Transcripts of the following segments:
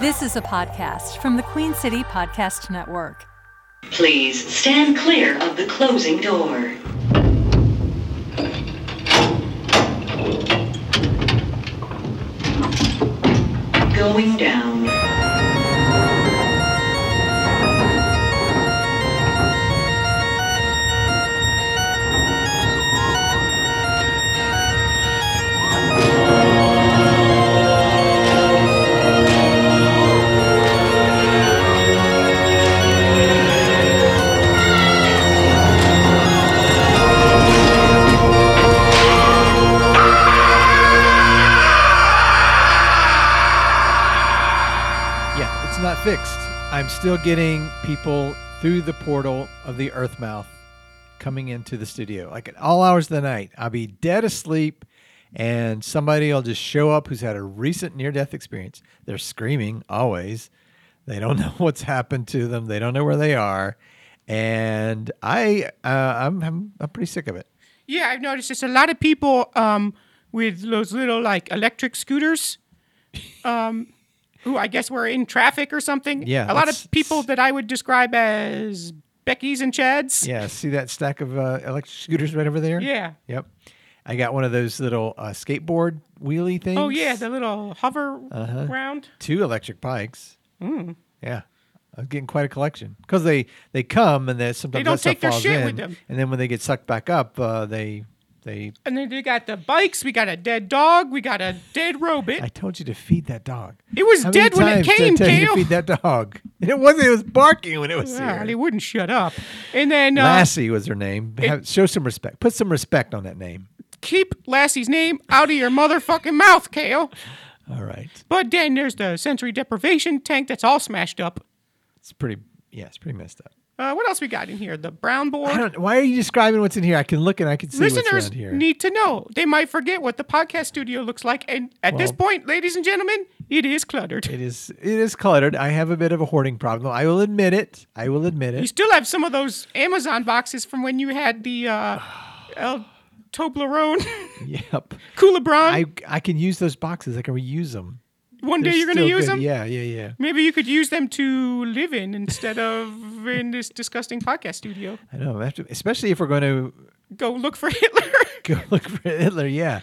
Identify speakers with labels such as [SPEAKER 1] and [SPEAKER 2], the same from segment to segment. [SPEAKER 1] This is a podcast from the Queen City Podcast Network.
[SPEAKER 2] Please stand clear of the closing door. Going down.
[SPEAKER 3] Yeah, it's not fixed. I'm still getting people through the portal of the Earth Mouth coming into the studio. Like at all hours of the night, I'll be dead asleep, and somebody will just show up who's had a recent near death experience. They're screaming always. They don't know what's happened to them. They don't know where they are, and I uh, I'm, I'm I'm pretty sick of it.
[SPEAKER 4] Yeah, I've noticed there's a lot of people um, with those little like electric scooters, um, who I guess were in traffic or something.
[SPEAKER 3] Yeah,
[SPEAKER 4] a lot
[SPEAKER 3] that's-
[SPEAKER 4] of people that I would describe as Becky's and Chads.
[SPEAKER 3] Yeah, see that stack of uh, electric scooters right over there?
[SPEAKER 4] Yeah.
[SPEAKER 3] Yep. I got one of those little uh, skateboard wheelie things.
[SPEAKER 4] Oh yeah, the little hover
[SPEAKER 3] Uh-huh.
[SPEAKER 4] round.
[SPEAKER 3] two electric bikes.
[SPEAKER 4] Mm.
[SPEAKER 3] Yeah, I was getting quite a collection because they they come and then sometimes
[SPEAKER 4] don't
[SPEAKER 3] that stuff
[SPEAKER 4] take their
[SPEAKER 3] falls
[SPEAKER 4] shit
[SPEAKER 3] in,
[SPEAKER 4] with them.
[SPEAKER 3] and then when they get sucked back up, uh, they they.
[SPEAKER 4] And then we got the bikes. We got a dead dog. We got a dead robot.
[SPEAKER 3] I told you to feed that dog.
[SPEAKER 4] It was
[SPEAKER 3] How many
[SPEAKER 4] dead when it
[SPEAKER 3] times did
[SPEAKER 4] came,
[SPEAKER 3] I tell you to
[SPEAKER 4] Kale.
[SPEAKER 3] feed that dog. And it wasn't. It was barking when it was
[SPEAKER 4] Yeah,
[SPEAKER 3] here.
[SPEAKER 4] and he wouldn't shut up. And then uh,
[SPEAKER 3] Lassie was her name. Have- show some respect. Put some respect on that name.
[SPEAKER 4] keep Lassie's name out of your motherfucking mouth, Kale.
[SPEAKER 3] All right.
[SPEAKER 4] But then there's the sensory deprivation tank that's all smashed up.
[SPEAKER 3] It's pretty. Yeah, it's pretty messed up.
[SPEAKER 4] Uh, what else we got in here? The brown
[SPEAKER 3] I
[SPEAKER 4] board.
[SPEAKER 3] don't. Why are you describing what's in here? I can look and I can see what's
[SPEAKER 4] Listeners
[SPEAKER 3] around here.
[SPEAKER 4] need to know. They might forget what the podcast studio looks like. And at this
[SPEAKER 3] Well-
[SPEAKER 4] point, ladies and gentlemen, it is cluttered.
[SPEAKER 3] it is. It is cluttered. I have a bit of a hoarding problem. I will admit it. I will admit it.
[SPEAKER 4] you still have some of those Amazon boxes from when you had the uh, El Toblerone,
[SPEAKER 3] Yep.
[SPEAKER 4] Cool Lebron.
[SPEAKER 3] I I can use those boxes. I can reuse them.
[SPEAKER 4] One day
[SPEAKER 3] They're
[SPEAKER 4] you're going to
[SPEAKER 3] still
[SPEAKER 4] use
[SPEAKER 3] good.
[SPEAKER 4] them.
[SPEAKER 3] Yeah, yeah, yeah.
[SPEAKER 4] Maybe you could use them to live in instead of in this disgusting podcast studio.
[SPEAKER 3] I know. I have to- especially if we're going to
[SPEAKER 4] Go look for Hitler.
[SPEAKER 3] go look for Hitler. Yeah.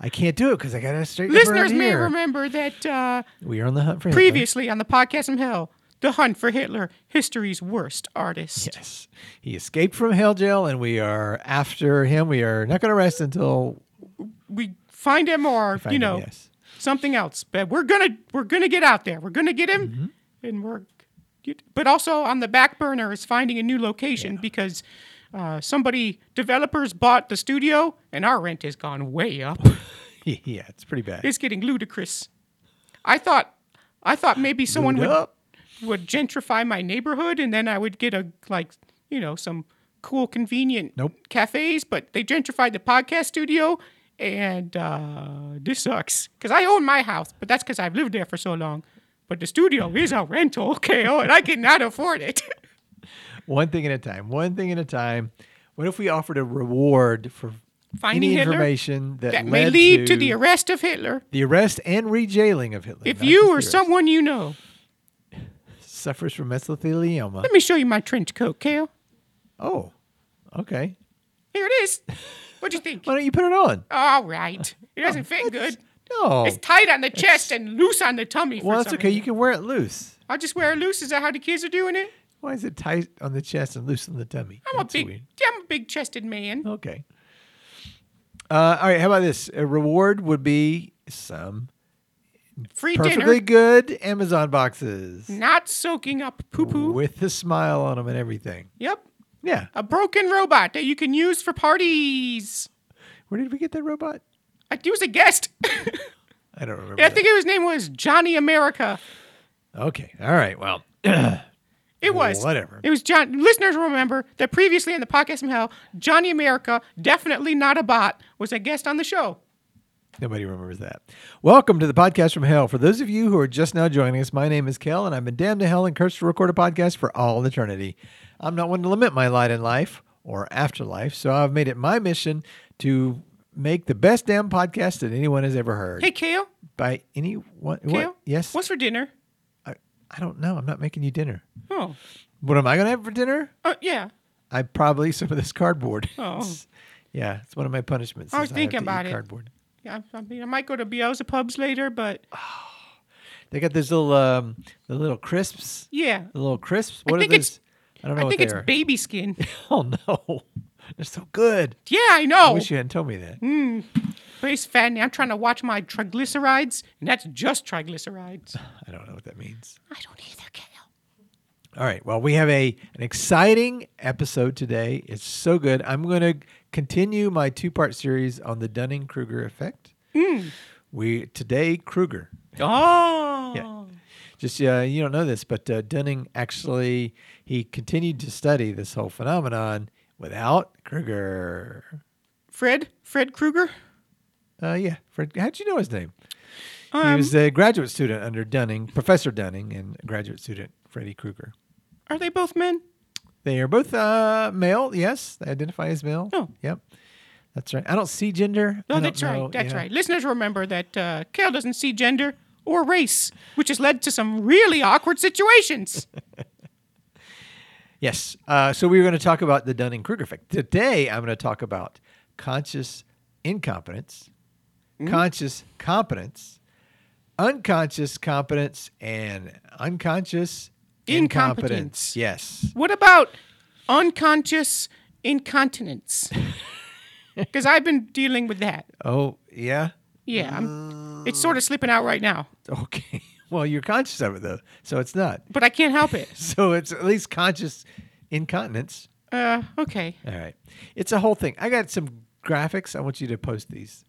[SPEAKER 3] I can't do it because I got to straighten it
[SPEAKER 4] Listeners
[SPEAKER 3] around
[SPEAKER 4] may
[SPEAKER 3] here.
[SPEAKER 4] remember that uh,
[SPEAKER 3] We are on the hunt for Hitler.
[SPEAKER 4] previously on the podcast from hell, the hunt for Hitler, history's worst artist.
[SPEAKER 3] Yes. He escaped from hell jail, and we are after him. We are not going to rest until
[SPEAKER 4] We find him or
[SPEAKER 3] find
[SPEAKER 4] you
[SPEAKER 3] him,
[SPEAKER 4] know
[SPEAKER 3] yes.
[SPEAKER 4] something else, but we're gonna we're gonna get out there. We're gonna get him,
[SPEAKER 3] Mm-hmm.
[SPEAKER 4] and we're. But also on the back burner is finding a new location because uh, somebody developers bought the studio and our rent has gone way up.
[SPEAKER 3] yeah, it's pretty bad.
[SPEAKER 4] it's getting ludicrous. I thought I thought maybe someone
[SPEAKER 3] Lewd
[SPEAKER 4] would
[SPEAKER 3] up.
[SPEAKER 4] would gentrify my neighborhood and then I would get a like, you know, some cool convenient
[SPEAKER 3] Nope.
[SPEAKER 4] cafes, but they gentrified the podcast studio and uh, this sucks cuz I own my house, but that's cuz I've lived there for so long. But the studio is a rental, KO, and I cannot afford it.
[SPEAKER 3] One thing at a time. One thing at a time. What if we offered a reward for
[SPEAKER 4] Finding
[SPEAKER 3] any
[SPEAKER 4] Hitler
[SPEAKER 3] information that,
[SPEAKER 4] that may
[SPEAKER 3] led
[SPEAKER 4] lead to, the arrest of Hitler.
[SPEAKER 3] the arrest and rejailing of Hitler?
[SPEAKER 4] If
[SPEAKER 3] not
[SPEAKER 4] you
[SPEAKER 3] just
[SPEAKER 4] or
[SPEAKER 3] the arrest.
[SPEAKER 4] someone you know,
[SPEAKER 3] suffers from mesothelioma.
[SPEAKER 4] let me show you my trench coat, KO.
[SPEAKER 3] Oh, okay.
[SPEAKER 4] Here it is. What'd you think?
[SPEAKER 3] Why don't you put it on?
[SPEAKER 4] All right. It doesn't fit good.
[SPEAKER 3] No.
[SPEAKER 4] It's tight on the chest and loose on the tummy.
[SPEAKER 3] Oh. Well,
[SPEAKER 4] for
[SPEAKER 3] that's
[SPEAKER 4] some
[SPEAKER 3] okay. You
[SPEAKER 4] reason.
[SPEAKER 3] can wear it loose.
[SPEAKER 4] I'll just wear it loose. Is that how the kids are doing it?
[SPEAKER 3] Why is it tight on the chest and loose on the tummy?
[SPEAKER 4] I'm
[SPEAKER 3] That's
[SPEAKER 4] a big,
[SPEAKER 3] weird.
[SPEAKER 4] I'm a big-chested man.
[SPEAKER 3] Okay. Uh, all right. How about this? A reward would be some
[SPEAKER 4] Free
[SPEAKER 3] perfectly
[SPEAKER 4] dinner,
[SPEAKER 3] good Amazon boxes
[SPEAKER 4] not soaking up poo-poo.
[SPEAKER 3] with a smile on them and everything.
[SPEAKER 4] Yep,
[SPEAKER 3] Yeah.
[SPEAKER 4] a broken robot that you can use for parties.
[SPEAKER 3] Where did we get that robot?
[SPEAKER 4] I, he was a guest.
[SPEAKER 3] I don't remember.
[SPEAKER 4] I
[SPEAKER 3] that.
[SPEAKER 4] think his name was Johnny America.
[SPEAKER 3] okay. All right. Well,
[SPEAKER 4] It was.
[SPEAKER 3] Whatever.
[SPEAKER 4] It was John. Listeners will remember that previously in the podcast from hell, Johnny America, definitely not a bot, was a guest on the show.
[SPEAKER 3] Nobody remembers that. Welcome to the podcast from hell. For those of you who are just now joining us, my name is Kel, and I've been damned to hell and cursed to record a podcast for all eternity. I'm not one to limit my light in life or afterlife, so I've made it my mission to make the best damn podcast that anyone has ever heard
[SPEAKER 4] Hey, Kale.
[SPEAKER 3] by anyone.
[SPEAKER 4] Kale.
[SPEAKER 3] What? Yes.
[SPEAKER 4] What's for dinner?
[SPEAKER 3] I don't know. I'm not making you dinner.
[SPEAKER 4] Oh,
[SPEAKER 3] What am I going to have for dinner?
[SPEAKER 4] uh, yeah.
[SPEAKER 3] I probably some of this cardboard.
[SPEAKER 4] Oh.
[SPEAKER 3] It's- yeah, it's one of my punishments.
[SPEAKER 4] I was
[SPEAKER 3] is have to
[SPEAKER 4] thinking
[SPEAKER 3] eat
[SPEAKER 4] about it.
[SPEAKER 3] Cardboard.
[SPEAKER 4] yeah. I, I mean, I might go to Beelzebub's later, but
[SPEAKER 3] They got those little um, the little crisps.
[SPEAKER 4] yeah.
[SPEAKER 3] The little crisps. What
[SPEAKER 4] think
[SPEAKER 3] are
[SPEAKER 4] it's-
[SPEAKER 3] those? I don't know
[SPEAKER 4] I
[SPEAKER 3] what
[SPEAKER 4] think
[SPEAKER 3] they
[SPEAKER 4] it's
[SPEAKER 3] are.
[SPEAKER 4] baby skin.
[SPEAKER 3] oh no, they're so good.
[SPEAKER 4] Yeah, I
[SPEAKER 3] I
[SPEAKER 4] know.
[SPEAKER 3] wish you hadn't told me that.
[SPEAKER 4] Mm. But it's fattening. I'm trying to watch my triglycerides, and that's just triglycerides.
[SPEAKER 3] I don't know what that means.
[SPEAKER 4] I don't either, Kale.
[SPEAKER 3] All right. Well, we have a an exciting episode today. It's so good. I'm going to continue my two part series on the Dunning Kruger effect.
[SPEAKER 4] Mm.
[SPEAKER 3] We today Kruger.
[SPEAKER 4] Oh.
[SPEAKER 3] Yeah. Just uh, you don't know this, but uh, Dunning actually he continued to study this whole phenomenon without Kruger.
[SPEAKER 4] Fred? Fred Krueger?
[SPEAKER 3] Uh, yeah, Fred. How'd you know his name?
[SPEAKER 4] Um,
[SPEAKER 3] he was a graduate student under Dunning, Professor Dunning, and graduate student Freddie Kruger.
[SPEAKER 4] Are they both men?
[SPEAKER 3] They are both uh, male. Yes, they identify as male.
[SPEAKER 4] Oh.
[SPEAKER 3] yep, that's right. I don't see gender. I
[SPEAKER 4] Oh,
[SPEAKER 3] don't
[SPEAKER 4] that's
[SPEAKER 3] know,
[SPEAKER 4] right. That's
[SPEAKER 3] yeah.
[SPEAKER 4] right. Listeners remember that uh, Kale doesn't see gender or race, which has led to some really awkward situations.
[SPEAKER 3] Yes. Uh, so we were going to talk about the Dunning Kruger effect today. I'm going to talk about conscious incompetence, conscious competence, unconscious competence, and unconscious
[SPEAKER 4] Incompetence.
[SPEAKER 3] incompetence. Yes.
[SPEAKER 4] what about unconscious incontinence? Because I've been dealing with that.
[SPEAKER 3] Oh yeah.
[SPEAKER 4] Yeah. I'm, it's
[SPEAKER 3] Uh.
[SPEAKER 4] sort of slipping out right now,
[SPEAKER 3] Okay. Well, you're conscious of it though, so it's not.
[SPEAKER 4] but I can't help it.
[SPEAKER 3] So it's at least conscious incontinence.
[SPEAKER 4] Uh, okay.
[SPEAKER 3] All right. It's a whole thing. I got some graphics. I want you to post these.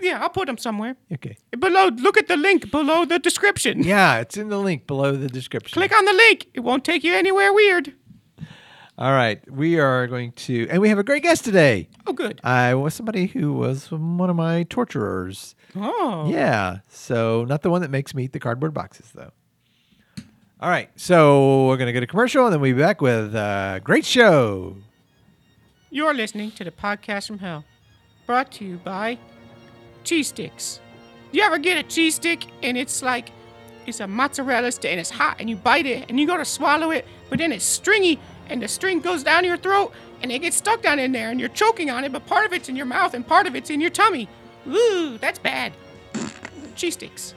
[SPEAKER 4] Yeah, I'll put them somewhere.
[SPEAKER 3] Okay.
[SPEAKER 4] Below, look at the link below the description.
[SPEAKER 3] Yeah, it's in the link below the description.
[SPEAKER 4] Click on the link. It won't take you anywhere weird.
[SPEAKER 3] All right. We are going to, and we have a great guest today.
[SPEAKER 4] Oh, good.
[SPEAKER 3] I was somebody who was one of my torturers.
[SPEAKER 4] Oh.
[SPEAKER 3] Yeah. So not the one that makes me eat the cardboard boxes, though. All right. So we're going to go to commercial and then we'll be back with a great show.
[SPEAKER 4] You're listening to the podcast from hell, brought to you by cheese sticks. You ever get a cheese stick and it's like it's a mozzarella stick and it's hot and you bite it and you go to swallow it, but then it's stringy and the string goes down your throat and it gets stuck down in there and you're choking on it, but part of it's in your mouth and part of it's in your tummy. Ooh, that's bad. cheese sticks.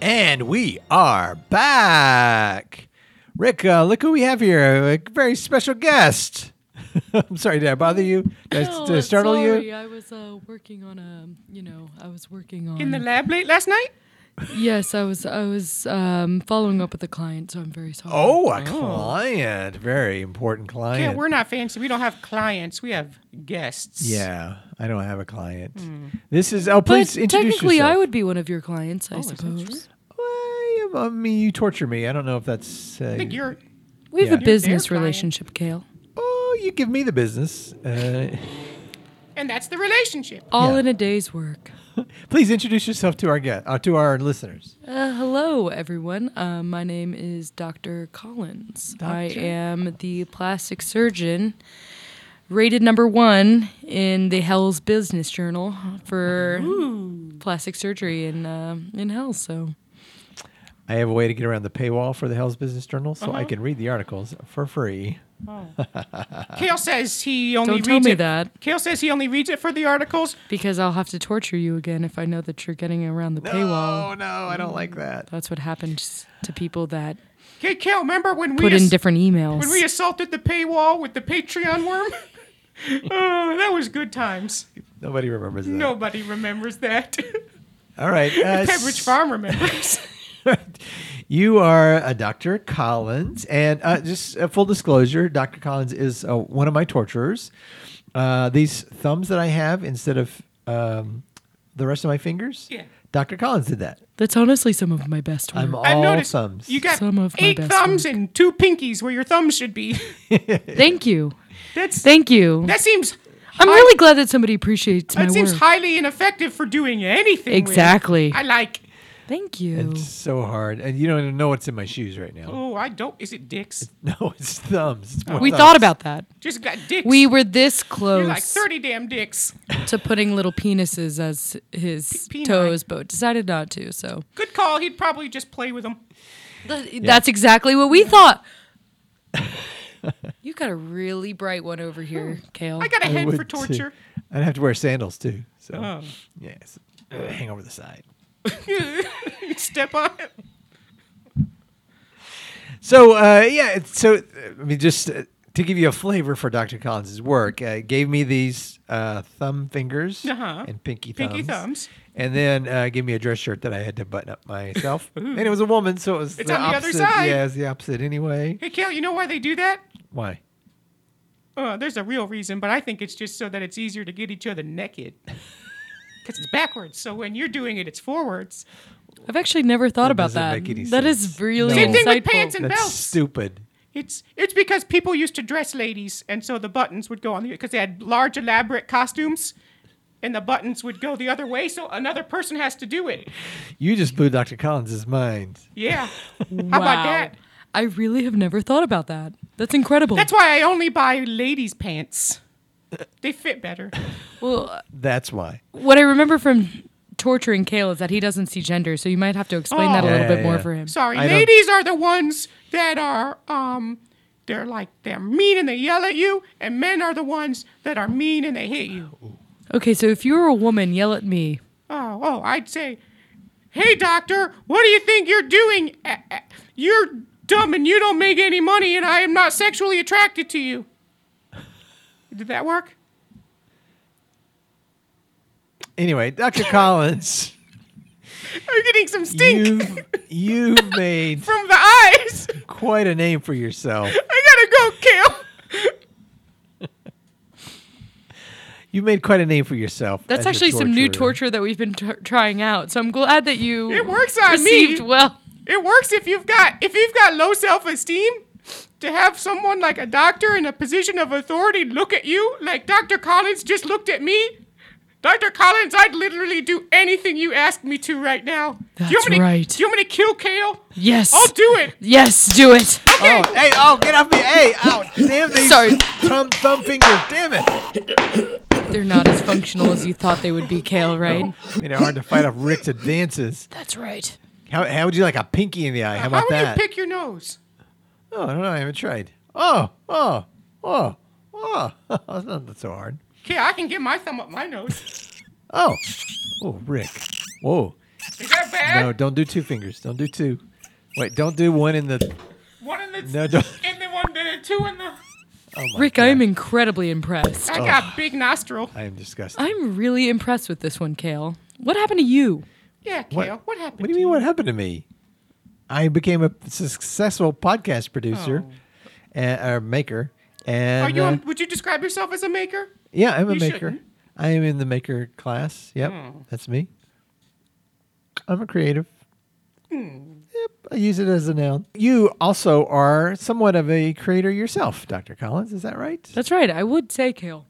[SPEAKER 3] And we are back. Rick, uh, look who we have here a very special guest. I'm sorry, did I bother you? Did I,
[SPEAKER 5] No,
[SPEAKER 3] did I
[SPEAKER 5] I'm
[SPEAKER 3] startle
[SPEAKER 5] sorry.
[SPEAKER 3] you?
[SPEAKER 5] I was uh, working on a, you know, I was working on.
[SPEAKER 4] In the lab late last night?
[SPEAKER 5] yes, I was. I was um, following up with a client, so I'm very sorry.
[SPEAKER 3] Oh, a client. Very important client.
[SPEAKER 4] Yeah, we're not fancy. We don't have clients. We have guests.
[SPEAKER 3] Yeah, I don't have a client. This is. Oh,
[SPEAKER 5] Hmm. but
[SPEAKER 3] please introduce
[SPEAKER 5] technically,
[SPEAKER 3] yourself.
[SPEAKER 5] I would be one of your clients,
[SPEAKER 4] Oh,
[SPEAKER 5] I suppose.
[SPEAKER 3] Well, I mean, you torture me. I don't know if that's. Uh,
[SPEAKER 4] I think you're.
[SPEAKER 5] We have
[SPEAKER 3] Yeah.
[SPEAKER 5] a business
[SPEAKER 4] their client.
[SPEAKER 5] relationship, Kale.
[SPEAKER 3] oh, you give me the business. Uh,
[SPEAKER 4] And that's the relationship.
[SPEAKER 5] All
[SPEAKER 3] Yeah.
[SPEAKER 5] in a day's work.
[SPEAKER 3] please introduce yourself to our guest, uh, to our listeners.
[SPEAKER 5] Uh, hello, everyone. Uh, my name is Dr. Collins. I am the plastic surgeon, rated number one in the Hell's Business Journal for plastic surgery in uh, in Hell. So
[SPEAKER 3] I have a way to get around the paywall for the Hell's Business Journal, so
[SPEAKER 5] Uh-huh.
[SPEAKER 3] I can read the articles for free.
[SPEAKER 4] Kale says he only
[SPEAKER 5] Don't tell
[SPEAKER 4] reads
[SPEAKER 5] me
[SPEAKER 4] it.
[SPEAKER 5] that.
[SPEAKER 4] Kale says he only reads it for the articles.
[SPEAKER 5] because I'll have to torture you again if I know that you're getting around the
[SPEAKER 3] Oh
[SPEAKER 5] paywall.
[SPEAKER 3] no, I don't like that.
[SPEAKER 5] That's what happens to people that
[SPEAKER 4] Hey, Kale, remember when we
[SPEAKER 5] put in
[SPEAKER 4] ass-
[SPEAKER 5] different emails.
[SPEAKER 4] when we assaulted the paywall with the Patreon worm? oh, that was good times.
[SPEAKER 3] Nobody remembers that.
[SPEAKER 4] Nobody remembers that.
[SPEAKER 3] All right. Uh,
[SPEAKER 4] Pebridge Farm remembers.
[SPEAKER 3] You are a Dr. Collins, and uh, just uh, full disclosure, Dr. Collins is uh, one of my torturers. Uh, these thumbs that I have instead of um, the rest of my fingers,
[SPEAKER 4] Yeah.
[SPEAKER 3] Dr. Collins did that.
[SPEAKER 5] That's honestly some of my best work.
[SPEAKER 3] I'm all
[SPEAKER 4] I've noticed
[SPEAKER 3] thumbs.
[SPEAKER 4] you got
[SPEAKER 5] Some of my
[SPEAKER 4] eight
[SPEAKER 5] best
[SPEAKER 4] thumbs and two pinkies where your thumbs should be.
[SPEAKER 5] Thank you.
[SPEAKER 4] That's
[SPEAKER 5] Thank you.
[SPEAKER 4] that seems
[SPEAKER 5] I'm really glad that somebody appreciates my
[SPEAKER 4] that seems
[SPEAKER 5] work.
[SPEAKER 4] highly ineffective for doing anything. with.
[SPEAKER 5] Exactly.
[SPEAKER 4] I like.
[SPEAKER 5] Thank you.
[SPEAKER 3] it's so hard, and you don't even know what's in my shoes right now.
[SPEAKER 4] Oh, I don't. Is it dicks?
[SPEAKER 3] No, it's thumbs. It's more
[SPEAKER 5] we
[SPEAKER 3] thumbs.
[SPEAKER 5] thought about that.
[SPEAKER 4] Just got dicks.
[SPEAKER 5] We were this close
[SPEAKER 4] You're like thirty damn dicks.
[SPEAKER 5] to putting little penises as his
[SPEAKER 4] P- penile.
[SPEAKER 5] toes, but decided not to. So
[SPEAKER 4] Good call. He'd probably just play with them.
[SPEAKER 5] Th- That's exactly what we thought. you got a really bright one over here, Kale.
[SPEAKER 4] I got a
[SPEAKER 3] I
[SPEAKER 4] head for
[SPEAKER 3] would, too.
[SPEAKER 4] torture.
[SPEAKER 3] I'd have to wear sandals too. So
[SPEAKER 4] Oh.
[SPEAKER 3] yes, hang over the side.
[SPEAKER 4] Step on it.
[SPEAKER 3] So uh, yeah, it's- so uh, I mean, just uh, to give you a flavor for Dr. Collins' work, uh, it gave me these uh, thumb fingers
[SPEAKER 4] Uh-huh.
[SPEAKER 3] and pinky thumbs,
[SPEAKER 4] Pinky thumbs.
[SPEAKER 3] and then uh, gave me a dress shirt that I had to button up myself, and it was a woman, so it was
[SPEAKER 4] It's on the other
[SPEAKER 3] opposite.
[SPEAKER 4] side.
[SPEAKER 3] Yeah, it's the opposite anyway.
[SPEAKER 4] Hey, Cal, you know why they do that?
[SPEAKER 3] Why?
[SPEAKER 4] Uh, there's a real reason, but I think it's just so that it's easier to get each other naked. Because it's backwards. So when you're doing it, it's forwards.
[SPEAKER 5] I've actually never thought
[SPEAKER 3] That
[SPEAKER 5] about
[SPEAKER 3] doesn't
[SPEAKER 5] that.
[SPEAKER 3] make any
[SPEAKER 5] That
[SPEAKER 3] sense.
[SPEAKER 5] is really
[SPEAKER 3] Same
[SPEAKER 4] thing with
[SPEAKER 5] insightful.
[SPEAKER 4] pants and-
[SPEAKER 3] That's
[SPEAKER 4] belts.
[SPEAKER 3] stupid.
[SPEAKER 4] It's it's because people used to dress ladies, and so the buttons would go on the because they had large elaborate costumes, and the buttons would go the other way. So another person has to do it.
[SPEAKER 3] You just blew Dr. Collins' mind.
[SPEAKER 4] Yeah.
[SPEAKER 5] wow.
[SPEAKER 4] How about that?
[SPEAKER 5] I really have never thought about that. That's incredible.
[SPEAKER 4] That's why I only buy ladies' pants. They fit better.
[SPEAKER 5] well,
[SPEAKER 3] That's why.
[SPEAKER 5] what I remember from torturing Kale is that he doesn't see gender, so you might have to explain that a
[SPEAKER 4] Oh.
[SPEAKER 5] little
[SPEAKER 3] Yeah,
[SPEAKER 5] bit more
[SPEAKER 3] yeah.
[SPEAKER 5] for him.
[SPEAKER 4] Sorry,
[SPEAKER 3] I don't-
[SPEAKER 4] ladies are the ones that are um they're like they're mean and they yell at you, and men are the ones that are mean and they hit you.
[SPEAKER 5] Okay, so if you were a woman, yell at me.
[SPEAKER 4] Oh, oh, I'd say, "Hey doctor, what do you think you're doing? Eh, eh, You're dumb and you don't make any money and I am not sexually attracted to you." Did that work?
[SPEAKER 3] Anyway, Dr. Collins,
[SPEAKER 4] I'm getting some stink
[SPEAKER 3] you've, you've made
[SPEAKER 4] from the eyes.
[SPEAKER 3] quite a name for yourself.
[SPEAKER 4] I gotta go, Kale.
[SPEAKER 3] You made quite a name for yourself.
[SPEAKER 5] That's
[SPEAKER 3] as a
[SPEAKER 5] actually some new
[SPEAKER 3] torturer.
[SPEAKER 5] torture that we've been t- trying out. So I'm glad that you
[SPEAKER 4] It works on me.
[SPEAKER 5] received well.
[SPEAKER 4] It works if you've got if you've got low self-esteem to have someone like a doctor in a position of authority look at you like Dr. Collins just looked at me. Dr. Collins, I'd literally do anything you ask me to right now. do you
[SPEAKER 5] That's
[SPEAKER 4] want me to,
[SPEAKER 5] right.
[SPEAKER 4] Do you want me to kill Kale?
[SPEAKER 5] Yes.
[SPEAKER 4] I'll do it.
[SPEAKER 5] Yes, do it.
[SPEAKER 4] Okay.
[SPEAKER 3] Oh, hey, oh, get off me. Hey, ow. Damn these
[SPEAKER 5] Sorry.
[SPEAKER 3] thumb, thumb fingers. Damn it.
[SPEAKER 5] They're not as functional as you thought they would be, Kale, right?
[SPEAKER 3] I mean, it's hard to fight off Rick's advances.
[SPEAKER 5] That's right.
[SPEAKER 3] How, how would you like a pinky in the eye? How
[SPEAKER 4] How
[SPEAKER 3] about
[SPEAKER 4] would
[SPEAKER 3] that?
[SPEAKER 4] you pick your nose?
[SPEAKER 3] oh, I don't know. I haven't tried. Oh, oh, oh, oh. That's not so hard.
[SPEAKER 4] Okay, I can get my thumb up my nose.
[SPEAKER 3] Oh, oh, Rick. Whoa.
[SPEAKER 4] Is that bad?
[SPEAKER 3] No, don't do two fingers. Don't do two. Wait, don't do one in the.
[SPEAKER 4] One in the
[SPEAKER 3] No, don't.
[SPEAKER 4] and then one there, two in the
[SPEAKER 3] Oh my
[SPEAKER 5] Rick,
[SPEAKER 3] God.
[SPEAKER 5] I am incredibly impressed.
[SPEAKER 4] I got big nostril.
[SPEAKER 3] I am disgusted.
[SPEAKER 5] I'm really impressed with this one, Kale. What happened to you?
[SPEAKER 4] Yeah, Kale.
[SPEAKER 3] What-
[SPEAKER 4] What, happened?
[SPEAKER 3] What do
[SPEAKER 4] to
[SPEAKER 3] you mean? What happened to me? I became a successful podcast producer, and, or maker, and
[SPEAKER 4] Oh. Are you
[SPEAKER 3] uh,
[SPEAKER 4] a, would you describe yourself as a maker?
[SPEAKER 3] yeah, I'm a
[SPEAKER 4] you
[SPEAKER 3] maker.
[SPEAKER 4] shouldn't.
[SPEAKER 3] I am in the maker class. Yep,
[SPEAKER 5] Hmm.
[SPEAKER 3] that's me. I'm a creative.
[SPEAKER 5] Hmm.
[SPEAKER 3] Yep, I use it as a noun. You also are somewhat of a creator yourself, Dr. Collins. Is that right?
[SPEAKER 5] That's right. I would say, Kale,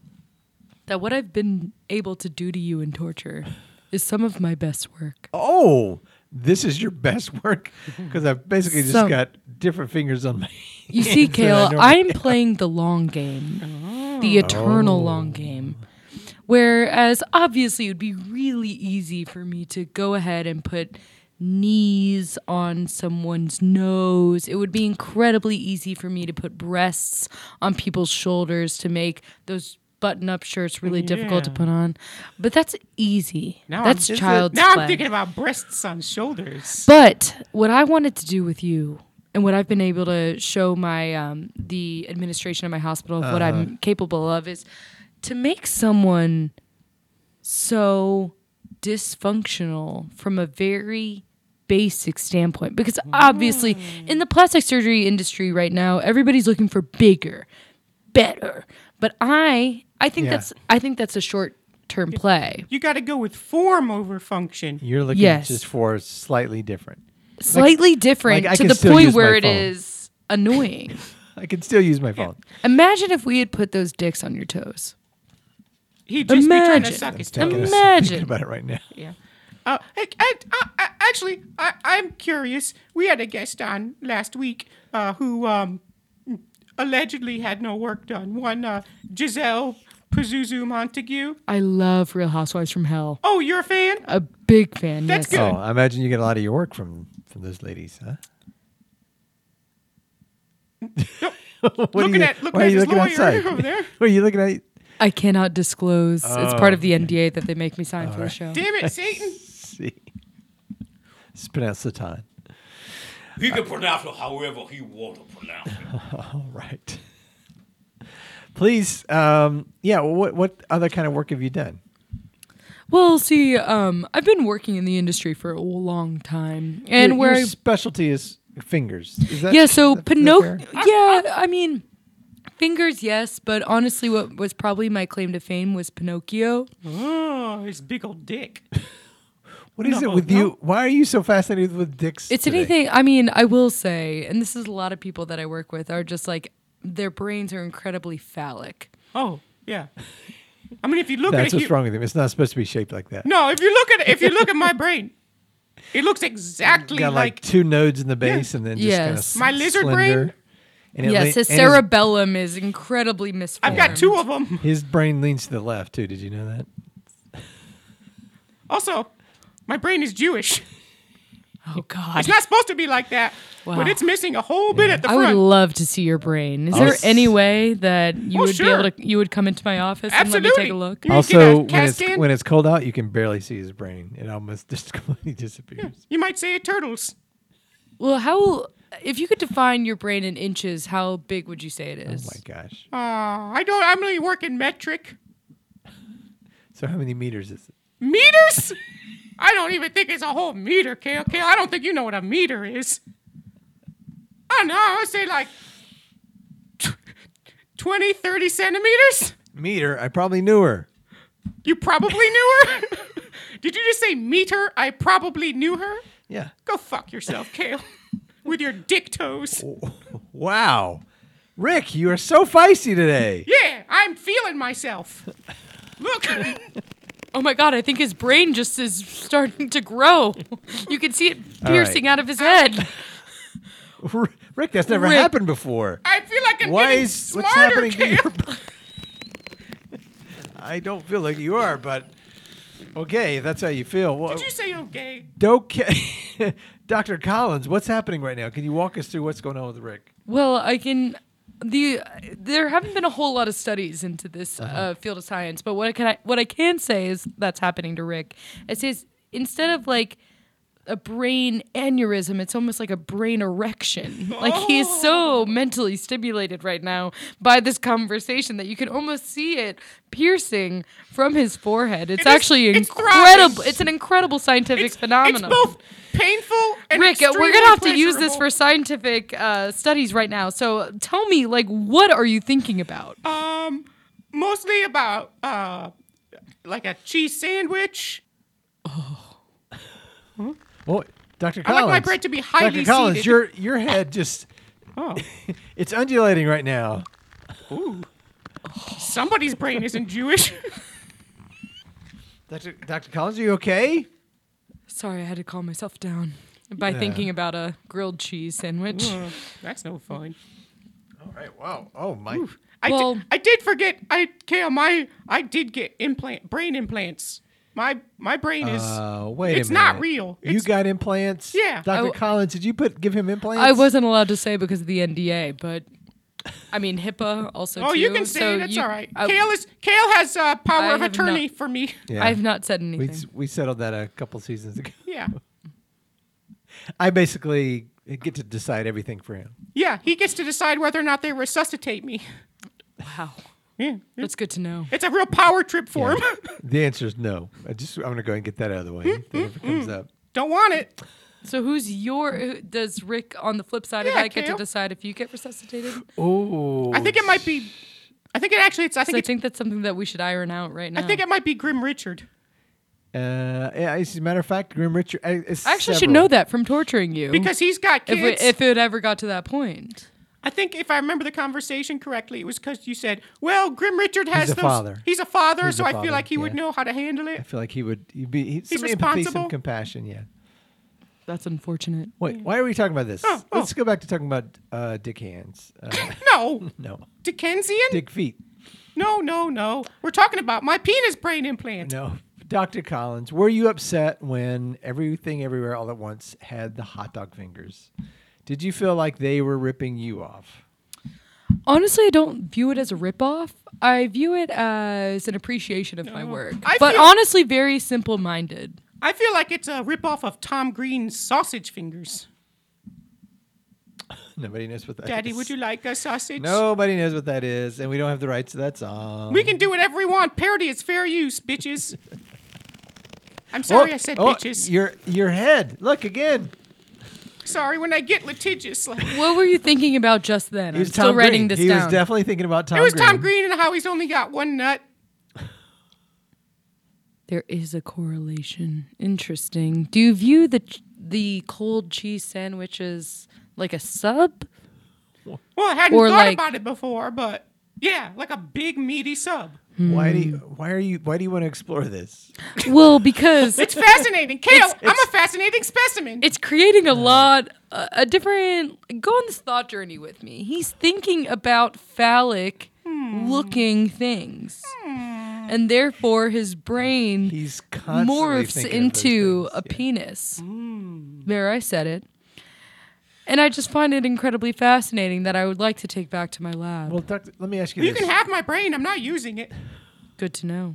[SPEAKER 5] that what I've been able to do to you in torture is some of my best work.
[SPEAKER 3] oh, this is your best work because I've basically just
[SPEAKER 5] So-
[SPEAKER 3] got different fingers on my.
[SPEAKER 5] You see,
[SPEAKER 3] hands than I
[SPEAKER 5] Kale,
[SPEAKER 3] normally
[SPEAKER 5] I'm playing the long game, the
[SPEAKER 4] Oh.
[SPEAKER 5] eternal long game. Whereas, obviously, it would be really easy for me to go ahead and put knees on someone's nose. It would be incredibly easy for me to put breasts on people's shoulders to make those button up shirts really difficult to
[SPEAKER 4] Yeah.
[SPEAKER 5] put on. But that's easy.
[SPEAKER 4] Now
[SPEAKER 5] that's
[SPEAKER 4] I'm,
[SPEAKER 5] child's
[SPEAKER 4] Now
[SPEAKER 5] play.
[SPEAKER 4] I'm thinking about breasts on shoulders.
[SPEAKER 5] But what I wanted to do with you, and what I've been able to show my um, the administration of my hospital of what
[SPEAKER 3] Uh-huh.
[SPEAKER 5] I'm capable of, is to make someone so dysfunctional from a very basic standpoint. Because
[SPEAKER 3] Hmm.
[SPEAKER 5] obviously, in the plastic surgery industry right now, everybody's looking for bigger, better. But I, I think
[SPEAKER 3] Yeah.
[SPEAKER 5] that's I think that's a short term play.
[SPEAKER 4] You got to go with form over function.
[SPEAKER 3] You're looking
[SPEAKER 5] Yes.
[SPEAKER 3] just for slightly different.
[SPEAKER 5] slightly different
[SPEAKER 3] like, I
[SPEAKER 5] to
[SPEAKER 3] can
[SPEAKER 5] the
[SPEAKER 3] still
[SPEAKER 5] point
[SPEAKER 3] use
[SPEAKER 5] where
[SPEAKER 3] my
[SPEAKER 5] it
[SPEAKER 3] phone.
[SPEAKER 5] is annoying.
[SPEAKER 3] I can still use my phone.
[SPEAKER 5] Imagine if we had put those dicks on your toes.
[SPEAKER 4] He just be trying to
[SPEAKER 5] Imagine.
[SPEAKER 4] suck his
[SPEAKER 3] Thinking
[SPEAKER 4] toes.
[SPEAKER 3] of-
[SPEAKER 5] Imagine.
[SPEAKER 3] thinking about it right now.
[SPEAKER 4] Yeah. Uh, hey, I, I, I, actually, I, I'm curious. We had a guest on last week uh, who um, allegedly had no work done. One uh, Giselle Pazuzu Montague.
[SPEAKER 5] I love Real Housewives from Hell.
[SPEAKER 4] Oh, you're a fan?
[SPEAKER 5] A big fan.
[SPEAKER 4] That's
[SPEAKER 5] yes.
[SPEAKER 4] good.
[SPEAKER 3] Oh, I imagine you get a lot of your work from from those ladies, huh?
[SPEAKER 4] man. Nope.
[SPEAKER 3] What are
[SPEAKER 4] looking
[SPEAKER 3] you-
[SPEAKER 4] at- looking
[SPEAKER 3] why are
[SPEAKER 4] at
[SPEAKER 3] you
[SPEAKER 4] his
[SPEAKER 3] looking
[SPEAKER 4] lawyer
[SPEAKER 3] outside?
[SPEAKER 4] over there.
[SPEAKER 3] What are you looking at?
[SPEAKER 5] I cannot disclose. it's part
[SPEAKER 4] Oh,
[SPEAKER 5] of the NDA that they make me sign for the show.
[SPEAKER 4] Damn it, Satan.
[SPEAKER 3] See, it's pronounced Satan.
[SPEAKER 6] He can pronounce it however he wants to pronounce it.
[SPEAKER 3] All right. Please, um, yeah. well, What what other kind of work have you done?
[SPEAKER 5] Well, see, um, I've been working in the industry for a long time, and
[SPEAKER 3] your,
[SPEAKER 5] where
[SPEAKER 3] your
[SPEAKER 5] I-
[SPEAKER 3] specialty is fingers. Is that,
[SPEAKER 5] yeah, so
[SPEAKER 3] that- is that
[SPEAKER 5] Pinocchio.
[SPEAKER 3] fair?
[SPEAKER 5] Yeah, I mean, fingers, yes, but honestly, what was probably my claim to fame was Pinocchio.
[SPEAKER 4] Oh, his big old dick.
[SPEAKER 3] What is
[SPEAKER 4] No,
[SPEAKER 3] it with
[SPEAKER 4] no.
[SPEAKER 3] you? Why are you so fascinated with dicks?
[SPEAKER 5] It's
[SPEAKER 3] today?
[SPEAKER 5] anything. I mean, I will say, and this is a lot of people that I work with are just like their brains are incredibly phallic.
[SPEAKER 4] Oh, yeah. I mean, if you look
[SPEAKER 3] That's
[SPEAKER 4] at a
[SPEAKER 3] what's
[SPEAKER 4] hu-
[SPEAKER 3] wrong with him. It's not supposed to be shaped like that.
[SPEAKER 4] No, if you look at if you look at my brain, it looks exactly
[SPEAKER 3] got like,
[SPEAKER 4] like
[SPEAKER 3] two nodes in the base and then just
[SPEAKER 5] Yes.
[SPEAKER 3] kind
[SPEAKER 4] My
[SPEAKER 3] of
[SPEAKER 4] lizard brain?
[SPEAKER 3] slender. And it
[SPEAKER 5] yes,
[SPEAKER 3] le-
[SPEAKER 5] his
[SPEAKER 3] and his-
[SPEAKER 5] cerebellum is incredibly misformed.
[SPEAKER 4] I've got two of them.
[SPEAKER 3] His brain leans to the left too. Did you know that?
[SPEAKER 4] Also, my brain is Jewish.
[SPEAKER 5] Oh God.
[SPEAKER 4] It's not supposed to be like that,
[SPEAKER 5] Wow.
[SPEAKER 4] but it's missing a whole bit at the
[SPEAKER 5] I would
[SPEAKER 4] front.
[SPEAKER 5] love to see your brain. Is there
[SPEAKER 3] s-
[SPEAKER 5] any way that you
[SPEAKER 4] Oh,
[SPEAKER 5] would
[SPEAKER 4] sure.
[SPEAKER 5] be able to? You would come into my office and let me
[SPEAKER 4] Absolutely.
[SPEAKER 5] take a look.
[SPEAKER 4] You get a
[SPEAKER 3] also, when
[SPEAKER 4] CAT
[SPEAKER 3] it's
[SPEAKER 4] scan?
[SPEAKER 3] when it's cold out, you can barely see his brain. It almost just completely disappears.
[SPEAKER 4] you might say turtles.
[SPEAKER 5] Well, how? If you could define your brain in inches, how big would you say it is?
[SPEAKER 3] Oh my gosh!
[SPEAKER 4] Uh, I don't. I'm only working metric
[SPEAKER 3] So how many meters is it?
[SPEAKER 4] meters. I don't even think it's a whole meter, Kale. Kale, I don't think you know what a meter is. I don't know. I would say like tw- 20, 30 centimeters.
[SPEAKER 3] Meter. I probably knew her.
[SPEAKER 4] You probably knew her. Did you just say meter? I probably knew her.
[SPEAKER 3] Yeah.
[SPEAKER 4] Go fuck yourself, Kale. With your dick toes.
[SPEAKER 3] Oh. Wow. Rick, you are so feisty today.
[SPEAKER 4] Yeah, I'm feeling myself. Look,
[SPEAKER 5] Oh my god! I think his brain just is starting to grow. you can see it piercing out of his head.
[SPEAKER 3] R- Rick, that's never
[SPEAKER 5] Rick.
[SPEAKER 3] happened before.
[SPEAKER 4] I feel like I'm
[SPEAKER 3] Why
[SPEAKER 4] getting
[SPEAKER 3] is
[SPEAKER 4] smarter,
[SPEAKER 3] what's happening
[SPEAKER 4] Kale.
[SPEAKER 3] to your? I don't feel like you are, but okay, if that's how you feel. Well,
[SPEAKER 4] Did you say okay?
[SPEAKER 3] okay, Dr. Collins, what's happening right now? Can you walk us through what's going on with Rick?
[SPEAKER 5] Well, I can. The there haven't been a whole lot of studies into this uh
[SPEAKER 4] Uh-huh.
[SPEAKER 5] field of science, but what I can I, what I can say is that's happening to Rick. It says instead of like a brain aneurysm, it's almost like a brain erection. Like he is
[SPEAKER 4] Oh.
[SPEAKER 5] so mentally stimulated right now by this conversation that you can almost see it piercing from his forehead. It's
[SPEAKER 4] is-
[SPEAKER 5] actually
[SPEAKER 4] it's
[SPEAKER 5] incredible.
[SPEAKER 4] throbbing.
[SPEAKER 5] It's an incredible scientific phenomenon.
[SPEAKER 4] It's both painful and
[SPEAKER 5] Rick, uh, we're
[SPEAKER 4] extremely
[SPEAKER 5] gonna have to use this
[SPEAKER 4] pleasurable.
[SPEAKER 5] for scientific uh, studies right now. So tell me, like, what are you thinking about?
[SPEAKER 4] um mostly about uh like a cheese sandwich.
[SPEAKER 3] Well, Dr.
[SPEAKER 4] I
[SPEAKER 3] Collins,
[SPEAKER 4] like my bread to be highly
[SPEAKER 3] Dr. Collins,
[SPEAKER 4] seeded.
[SPEAKER 3] your your head just
[SPEAKER 4] Oh,
[SPEAKER 3] it's undulating right now.
[SPEAKER 4] somebody's brain isn't Jewish.
[SPEAKER 3] Dr. Dr. Collins, are you okay?
[SPEAKER 5] Sorry, I had to calm myself down by
[SPEAKER 3] Yeah.
[SPEAKER 5] thinking about a grilled cheese sandwich.
[SPEAKER 4] Uh, That's no fun.
[SPEAKER 3] All right. Wow. Oh my.
[SPEAKER 4] I, di-
[SPEAKER 5] Well-
[SPEAKER 4] I did forget. I Kale, my I did get implant brain implants. My my brain is
[SPEAKER 3] Uh, wait
[SPEAKER 4] it's
[SPEAKER 3] a minute.
[SPEAKER 4] not real.
[SPEAKER 3] you
[SPEAKER 4] It's-
[SPEAKER 3] got implants?
[SPEAKER 4] Yeah.
[SPEAKER 3] Dr.
[SPEAKER 5] I w-
[SPEAKER 3] Collins, did you put give him implants?
[SPEAKER 5] I wasn't allowed to say because of the NDA, but I mean HIPAA also.
[SPEAKER 4] Oh, you
[SPEAKER 5] too,
[SPEAKER 4] can say
[SPEAKER 5] so
[SPEAKER 4] it. That's
[SPEAKER 5] you-
[SPEAKER 4] all right.
[SPEAKER 5] I-
[SPEAKER 4] Kale is Kale has uh, power
[SPEAKER 5] I
[SPEAKER 4] of
[SPEAKER 5] have
[SPEAKER 4] attorney
[SPEAKER 5] not-
[SPEAKER 4] for me.
[SPEAKER 3] Yeah.
[SPEAKER 5] I've not said
[SPEAKER 3] we,
[SPEAKER 5] anything.
[SPEAKER 3] s- we settled that a couple seasons ago.
[SPEAKER 4] Yeah,
[SPEAKER 3] I basically get to decide everything for him.
[SPEAKER 4] yeah. He gets to decide whether or not they resuscitate me.
[SPEAKER 5] wow,
[SPEAKER 4] Yeah,
[SPEAKER 5] that's good to know.
[SPEAKER 4] it's a real power trip for him.
[SPEAKER 3] The answer is no. I just I'm gonna go and get that out of the
[SPEAKER 5] Hmm,
[SPEAKER 3] way. if that ever comes up.
[SPEAKER 4] Don't want it.
[SPEAKER 5] So who's your? who- Does Rick on the flip side of
[SPEAKER 4] Yeah,
[SPEAKER 5] that get to
[SPEAKER 4] Kale.
[SPEAKER 5] decide if you get resuscitated?
[SPEAKER 3] Oh.
[SPEAKER 4] I think it might be. I think it actually. It's. I
[SPEAKER 5] 'Cause
[SPEAKER 4] think.
[SPEAKER 5] I
[SPEAKER 4] It's,
[SPEAKER 5] think that's something that we should iron out right now.
[SPEAKER 4] I think it might be Grim Richard.
[SPEAKER 3] Uh, yeah, as a matter of fact, Grim Richard. I actually
[SPEAKER 5] I actually should know that from torturing you.
[SPEAKER 4] Because he's got
[SPEAKER 5] if
[SPEAKER 4] kids.
[SPEAKER 5] it, if it ever got to that point.
[SPEAKER 4] I think if I remember the conversation correctly, it was because you said, "Well, Grim Richard has
[SPEAKER 3] a
[SPEAKER 4] those.
[SPEAKER 3] father.
[SPEAKER 4] He's a father,
[SPEAKER 3] He's
[SPEAKER 4] so
[SPEAKER 3] a
[SPEAKER 4] I
[SPEAKER 3] father,
[SPEAKER 4] feel like he would
[SPEAKER 3] yeah.
[SPEAKER 4] know how to handle
[SPEAKER 3] I
[SPEAKER 4] it."
[SPEAKER 3] feel like he would. He'd be he'd, some empathy,
[SPEAKER 4] responsible.
[SPEAKER 3] some compassion. Yeah.
[SPEAKER 5] That's unfortunate.
[SPEAKER 3] Wait, why are we talking about this?
[SPEAKER 4] Oh,
[SPEAKER 3] Let's go back to talking about uh, dick hands. Uh,
[SPEAKER 4] No,
[SPEAKER 3] no,
[SPEAKER 4] Dickensian.
[SPEAKER 3] dick feet.
[SPEAKER 4] no, no, no. We're talking about my penis brain implant.
[SPEAKER 3] No, Dr. Collins, were you upset when everything, everywhere, all at once had the hot dog fingers? Did you feel like they were ripping you off?
[SPEAKER 5] Honestly, I don't view it as a ripoff. I view it as an appreciation of my work.
[SPEAKER 4] I
[SPEAKER 5] but
[SPEAKER 4] feel-
[SPEAKER 5] honestly, very simple minded.
[SPEAKER 4] I feel like it's a ripoff of Tom Green's sausage fingers.
[SPEAKER 3] Nobody knows what that is.
[SPEAKER 4] Daddy, would you like a sausage?
[SPEAKER 3] Nobody knows what that is, and we don't have the rights to that song.
[SPEAKER 4] We can do whatever we want. Parody is fair use, bitches. I'm sorry
[SPEAKER 3] Oh,
[SPEAKER 4] I said
[SPEAKER 3] oh,
[SPEAKER 4] bitches.
[SPEAKER 3] Your your head. Look again.
[SPEAKER 4] Sorry when I get litigious. Like, it
[SPEAKER 5] What were you thinking about just then?
[SPEAKER 3] He
[SPEAKER 5] I'm
[SPEAKER 3] was
[SPEAKER 5] still
[SPEAKER 3] Tom
[SPEAKER 5] writing
[SPEAKER 3] Green.
[SPEAKER 5] this
[SPEAKER 3] he
[SPEAKER 5] down.
[SPEAKER 3] was definitely thinking about Tom.
[SPEAKER 4] was
[SPEAKER 3] Green.
[SPEAKER 4] Tom Green and how he's only got one nut.
[SPEAKER 5] there is a correlation. Interesting. Do you view the ch- the cold cheese sandwiches like a sub?
[SPEAKER 4] Well, I hadn't
[SPEAKER 5] Or
[SPEAKER 4] thought
[SPEAKER 5] like-
[SPEAKER 4] about it before, but yeah, like a big meaty sub.
[SPEAKER 3] Why do you,
[SPEAKER 5] Hmm.
[SPEAKER 3] why are you why do you want to explore this?
[SPEAKER 5] Well, because
[SPEAKER 4] It's fascinating. Kale, I'm
[SPEAKER 3] it's-
[SPEAKER 4] a fascinating specimen.
[SPEAKER 5] it's creating a lot a, a different go on this thought journey with me he's thinking about phallic
[SPEAKER 3] Hmm.
[SPEAKER 5] looking things and therefore his brain
[SPEAKER 3] He's constantly
[SPEAKER 5] morphs
[SPEAKER 3] thinking of those
[SPEAKER 5] into
[SPEAKER 3] things. Hmm.
[SPEAKER 5] a penis there i said it and i just find it incredibly fascinating that i would like to take back to my lab
[SPEAKER 3] Well, doctor, let me ask you,
[SPEAKER 4] you
[SPEAKER 3] this.
[SPEAKER 4] can have my brain. I'm not using it.
[SPEAKER 5] good to know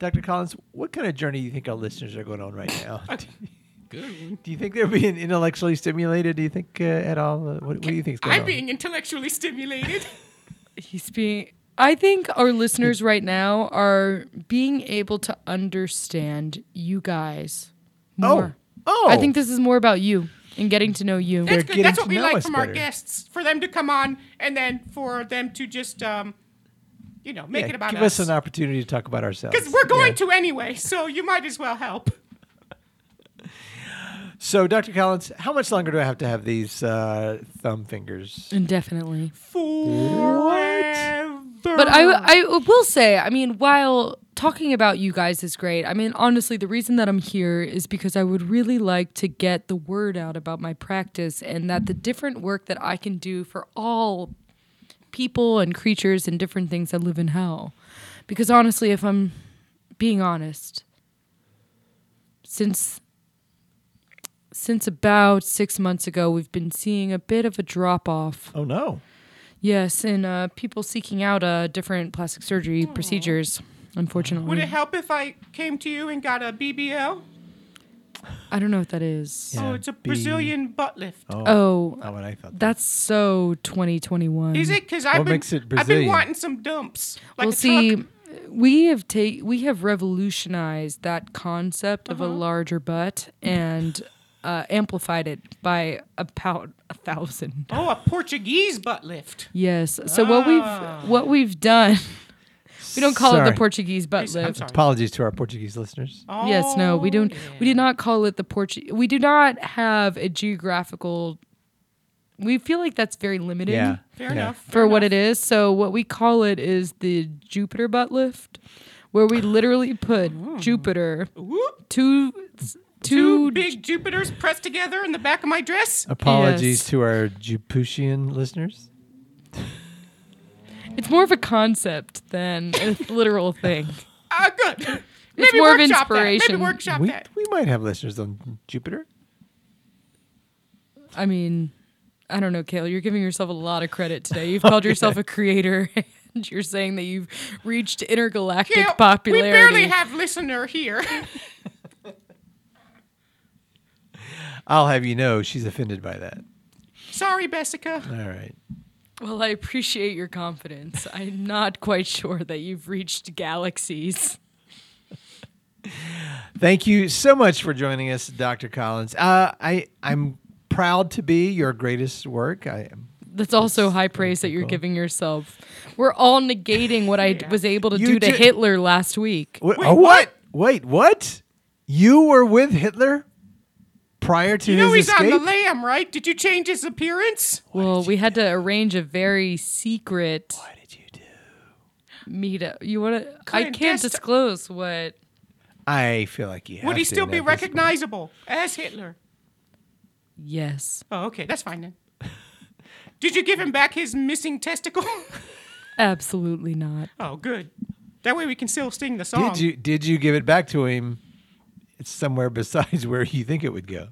[SPEAKER 3] Dr. Collins, what kind of journey do you think our listeners are going on right now? Do you think they're being intellectually stimulated? Do you think uh, at all? Uh, what, what do you think's going
[SPEAKER 4] I'm
[SPEAKER 3] on?
[SPEAKER 4] being intellectually stimulated.
[SPEAKER 5] he's being I think our listeners right now are being able to understand you guys more.
[SPEAKER 3] Oh.
[SPEAKER 5] I think this is more about you and getting to know you.
[SPEAKER 3] They're
[SPEAKER 4] That's
[SPEAKER 3] getting
[SPEAKER 4] good. That's
[SPEAKER 3] to
[SPEAKER 4] what we
[SPEAKER 3] know
[SPEAKER 4] like
[SPEAKER 3] us
[SPEAKER 4] from
[SPEAKER 3] better.
[SPEAKER 4] our guests, for them to come on and then for them to just, um, you know, make
[SPEAKER 3] Yeah,
[SPEAKER 4] it about
[SPEAKER 3] give us. an opportunity to talk about ourselves.
[SPEAKER 4] Because we're going
[SPEAKER 3] Yeah.
[SPEAKER 4] to anyway, so you might as well help.
[SPEAKER 3] So, Dr. Collins, how much longer do I have to have these uh, thumb fingers?
[SPEAKER 5] Indefinitely.
[SPEAKER 4] Forever.
[SPEAKER 5] But I, I will say, I mean, while talking about you guys is great, I mean, honestly, the reason that I'm here is because I would really like to get the word out about my practice and that the different work that I can do for all people and creatures and different things that live in hell. Because honestly, if I'm being honest, since since about six months ago, we've been seeing a bit of a drop off
[SPEAKER 3] Oh no!
[SPEAKER 5] Yes, and uh, people seeking out uh, different plastic surgery procedures. Unfortunately,
[SPEAKER 4] Would it help if I came to you and got a BBL?
[SPEAKER 5] I don't know what that is.
[SPEAKER 3] Yeah,
[SPEAKER 4] oh, it's a
[SPEAKER 3] B-
[SPEAKER 4] Brazilian butt lift.
[SPEAKER 5] Oh,
[SPEAKER 3] Not what I thought.
[SPEAKER 5] that's so 2021.
[SPEAKER 4] Is it? Because I've
[SPEAKER 3] What
[SPEAKER 4] been
[SPEAKER 3] makes it
[SPEAKER 4] I've been
[SPEAKER 3] Brazilian?
[SPEAKER 4] wanting some dumps. Like
[SPEAKER 5] well,
[SPEAKER 4] a
[SPEAKER 5] see,
[SPEAKER 4] truck.
[SPEAKER 5] we have take we have revolutionized that concept
[SPEAKER 4] Uh-huh.
[SPEAKER 5] of a larger butt and uh, amplified it by about a thousand.
[SPEAKER 4] Oh, a Portuguese butt lift.
[SPEAKER 5] Yes. So what
[SPEAKER 4] Ah.
[SPEAKER 5] we've what we've done, we don't call it
[SPEAKER 3] Sorry.
[SPEAKER 5] the Portuguese butt
[SPEAKER 4] I'm
[SPEAKER 5] lift.
[SPEAKER 4] sorry.
[SPEAKER 3] Apologies to our Portuguese listeners.
[SPEAKER 5] Yes, no, we
[SPEAKER 4] Oh,
[SPEAKER 5] don't. We
[SPEAKER 4] yeah.
[SPEAKER 5] do not call it the Portuguese. We do not have a geographical. We feel like that's very limiting
[SPEAKER 3] Yeah.
[SPEAKER 4] Fair
[SPEAKER 3] yeah.
[SPEAKER 4] enough.
[SPEAKER 5] for what it is. So what we call it is the Jupiter butt lift, where we literally put
[SPEAKER 4] Oh.
[SPEAKER 5] Jupiter
[SPEAKER 4] Whoop.
[SPEAKER 5] two
[SPEAKER 4] Two
[SPEAKER 5] two
[SPEAKER 4] big Jupiters pressed together in the back of my dress.
[SPEAKER 3] Apologies
[SPEAKER 5] Yes.
[SPEAKER 3] to our Jupusian listeners.
[SPEAKER 5] It's more of a concept than a literal thing.
[SPEAKER 4] Ah, good. Maybe
[SPEAKER 5] more of
[SPEAKER 4] workshop That.
[SPEAKER 5] inspiration.
[SPEAKER 4] Maybe workshop
[SPEAKER 3] We,
[SPEAKER 4] that.
[SPEAKER 3] we might have listeners on Jupiter.
[SPEAKER 5] I mean, I don't know, Kale. You're giving yourself a lot of credit today. You've called yourself a creator. And you're saying that you've reached intergalactic
[SPEAKER 4] Yeah,
[SPEAKER 5] popularity.
[SPEAKER 4] We barely have listener here.
[SPEAKER 3] I'll have you know, she's offended by that.
[SPEAKER 4] Sorry, Bessica.
[SPEAKER 3] All right.
[SPEAKER 5] Well, I appreciate your confidence. I'm not quite sure that you've reached galaxies.
[SPEAKER 3] Thank you so much for joining us, Dr. Collins. Uh, I I'm proud to be your greatest work. I am.
[SPEAKER 5] That's also high praise that you're giving yourself. We're all negating what I d- was able to
[SPEAKER 3] You
[SPEAKER 5] do to
[SPEAKER 3] ju-
[SPEAKER 5] Hitler last week.
[SPEAKER 3] Wait, oh, what? Wait, what? You were with Hitler prior to
[SPEAKER 4] You
[SPEAKER 3] his
[SPEAKER 4] know he's
[SPEAKER 3] escape.
[SPEAKER 4] on the lam, right? Did you change his appearance?
[SPEAKER 5] Well, we had to arrange a very secret
[SPEAKER 3] what did you do?
[SPEAKER 5] meetup. You want to? I can't
[SPEAKER 4] Clandest-
[SPEAKER 5] disclose what.
[SPEAKER 3] I feel like you.
[SPEAKER 4] Would
[SPEAKER 3] have
[SPEAKER 4] he
[SPEAKER 3] to
[SPEAKER 4] still
[SPEAKER 3] at
[SPEAKER 4] be
[SPEAKER 3] this
[SPEAKER 4] recognizable as Hitler?
[SPEAKER 5] Yes.
[SPEAKER 4] Oh, okay, that's fine then. Did you give him back his missing testicle?
[SPEAKER 5] Absolutely not.
[SPEAKER 4] oh, good. That way we can still sing the
[SPEAKER 3] point.
[SPEAKER 4] song.
[SPEAKER 3] Did you did you give it back to him? It's somewhere besides where you think it would go.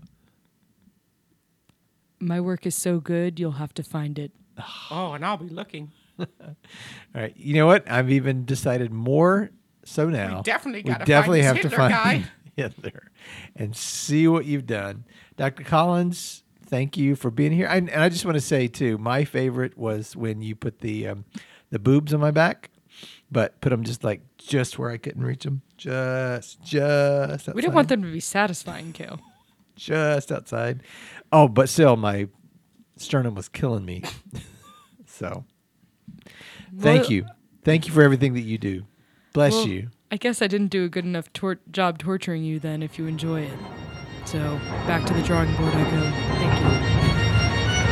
[SPEAKER 5] My work is so good, you'll have to find it.
[SPEAKER 4] Oh, and I'll be looking.
[SPEAKER 3] All right. You know what? I've even decided more so now.
[SPEAKER 4] definitely
[SPEAKER 3] we
[SPEAKER 4] gotta find
[SPEAKER 3] definitely
[SPEAKER 4] this
[SPEAKER 3] have to
[SPEAKER 4] Hitler
[SPEAKER 3] find
[SPEAKER 4] guy.
[SPEAKER 3] Hitler and see what you've done, Dr. Collins. Thank you for being here. And, and I just want to say too, my favorite was when you put the um, the boobs on my back, but put them just like just where I couldn't reach them, just just.
[SPEAKER 5] We don't
[SPEAKER 3] outside
[SPEAKER 5] want them to be satisfying, Kale.
[SPEAKER 3] just outside. Oh, but still, my sternum was killing me. so, thank
[SPEAKER 5] Well-
[SPEAKER 3] you, thank you for everything that you do. Bless
[SPEAKER 5] Well,
[SPEAKER 3] you.
[SPEAKER 5] I guess I didn't do a good enough tor- job torturing you then if you enjoy it. So back to the drawing board I go. Thank you.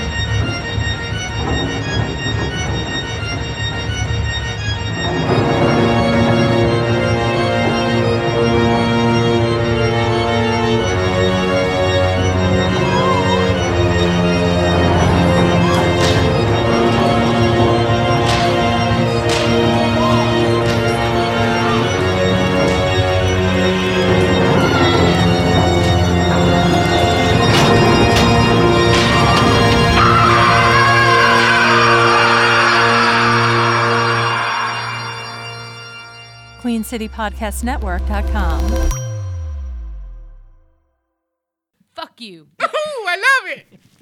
[SPEAKER 1] QueenCityPodcastNetwork.com.
[SPEAKER 5] Fuck you.
[SPEAKER 4] Ooh, I love it.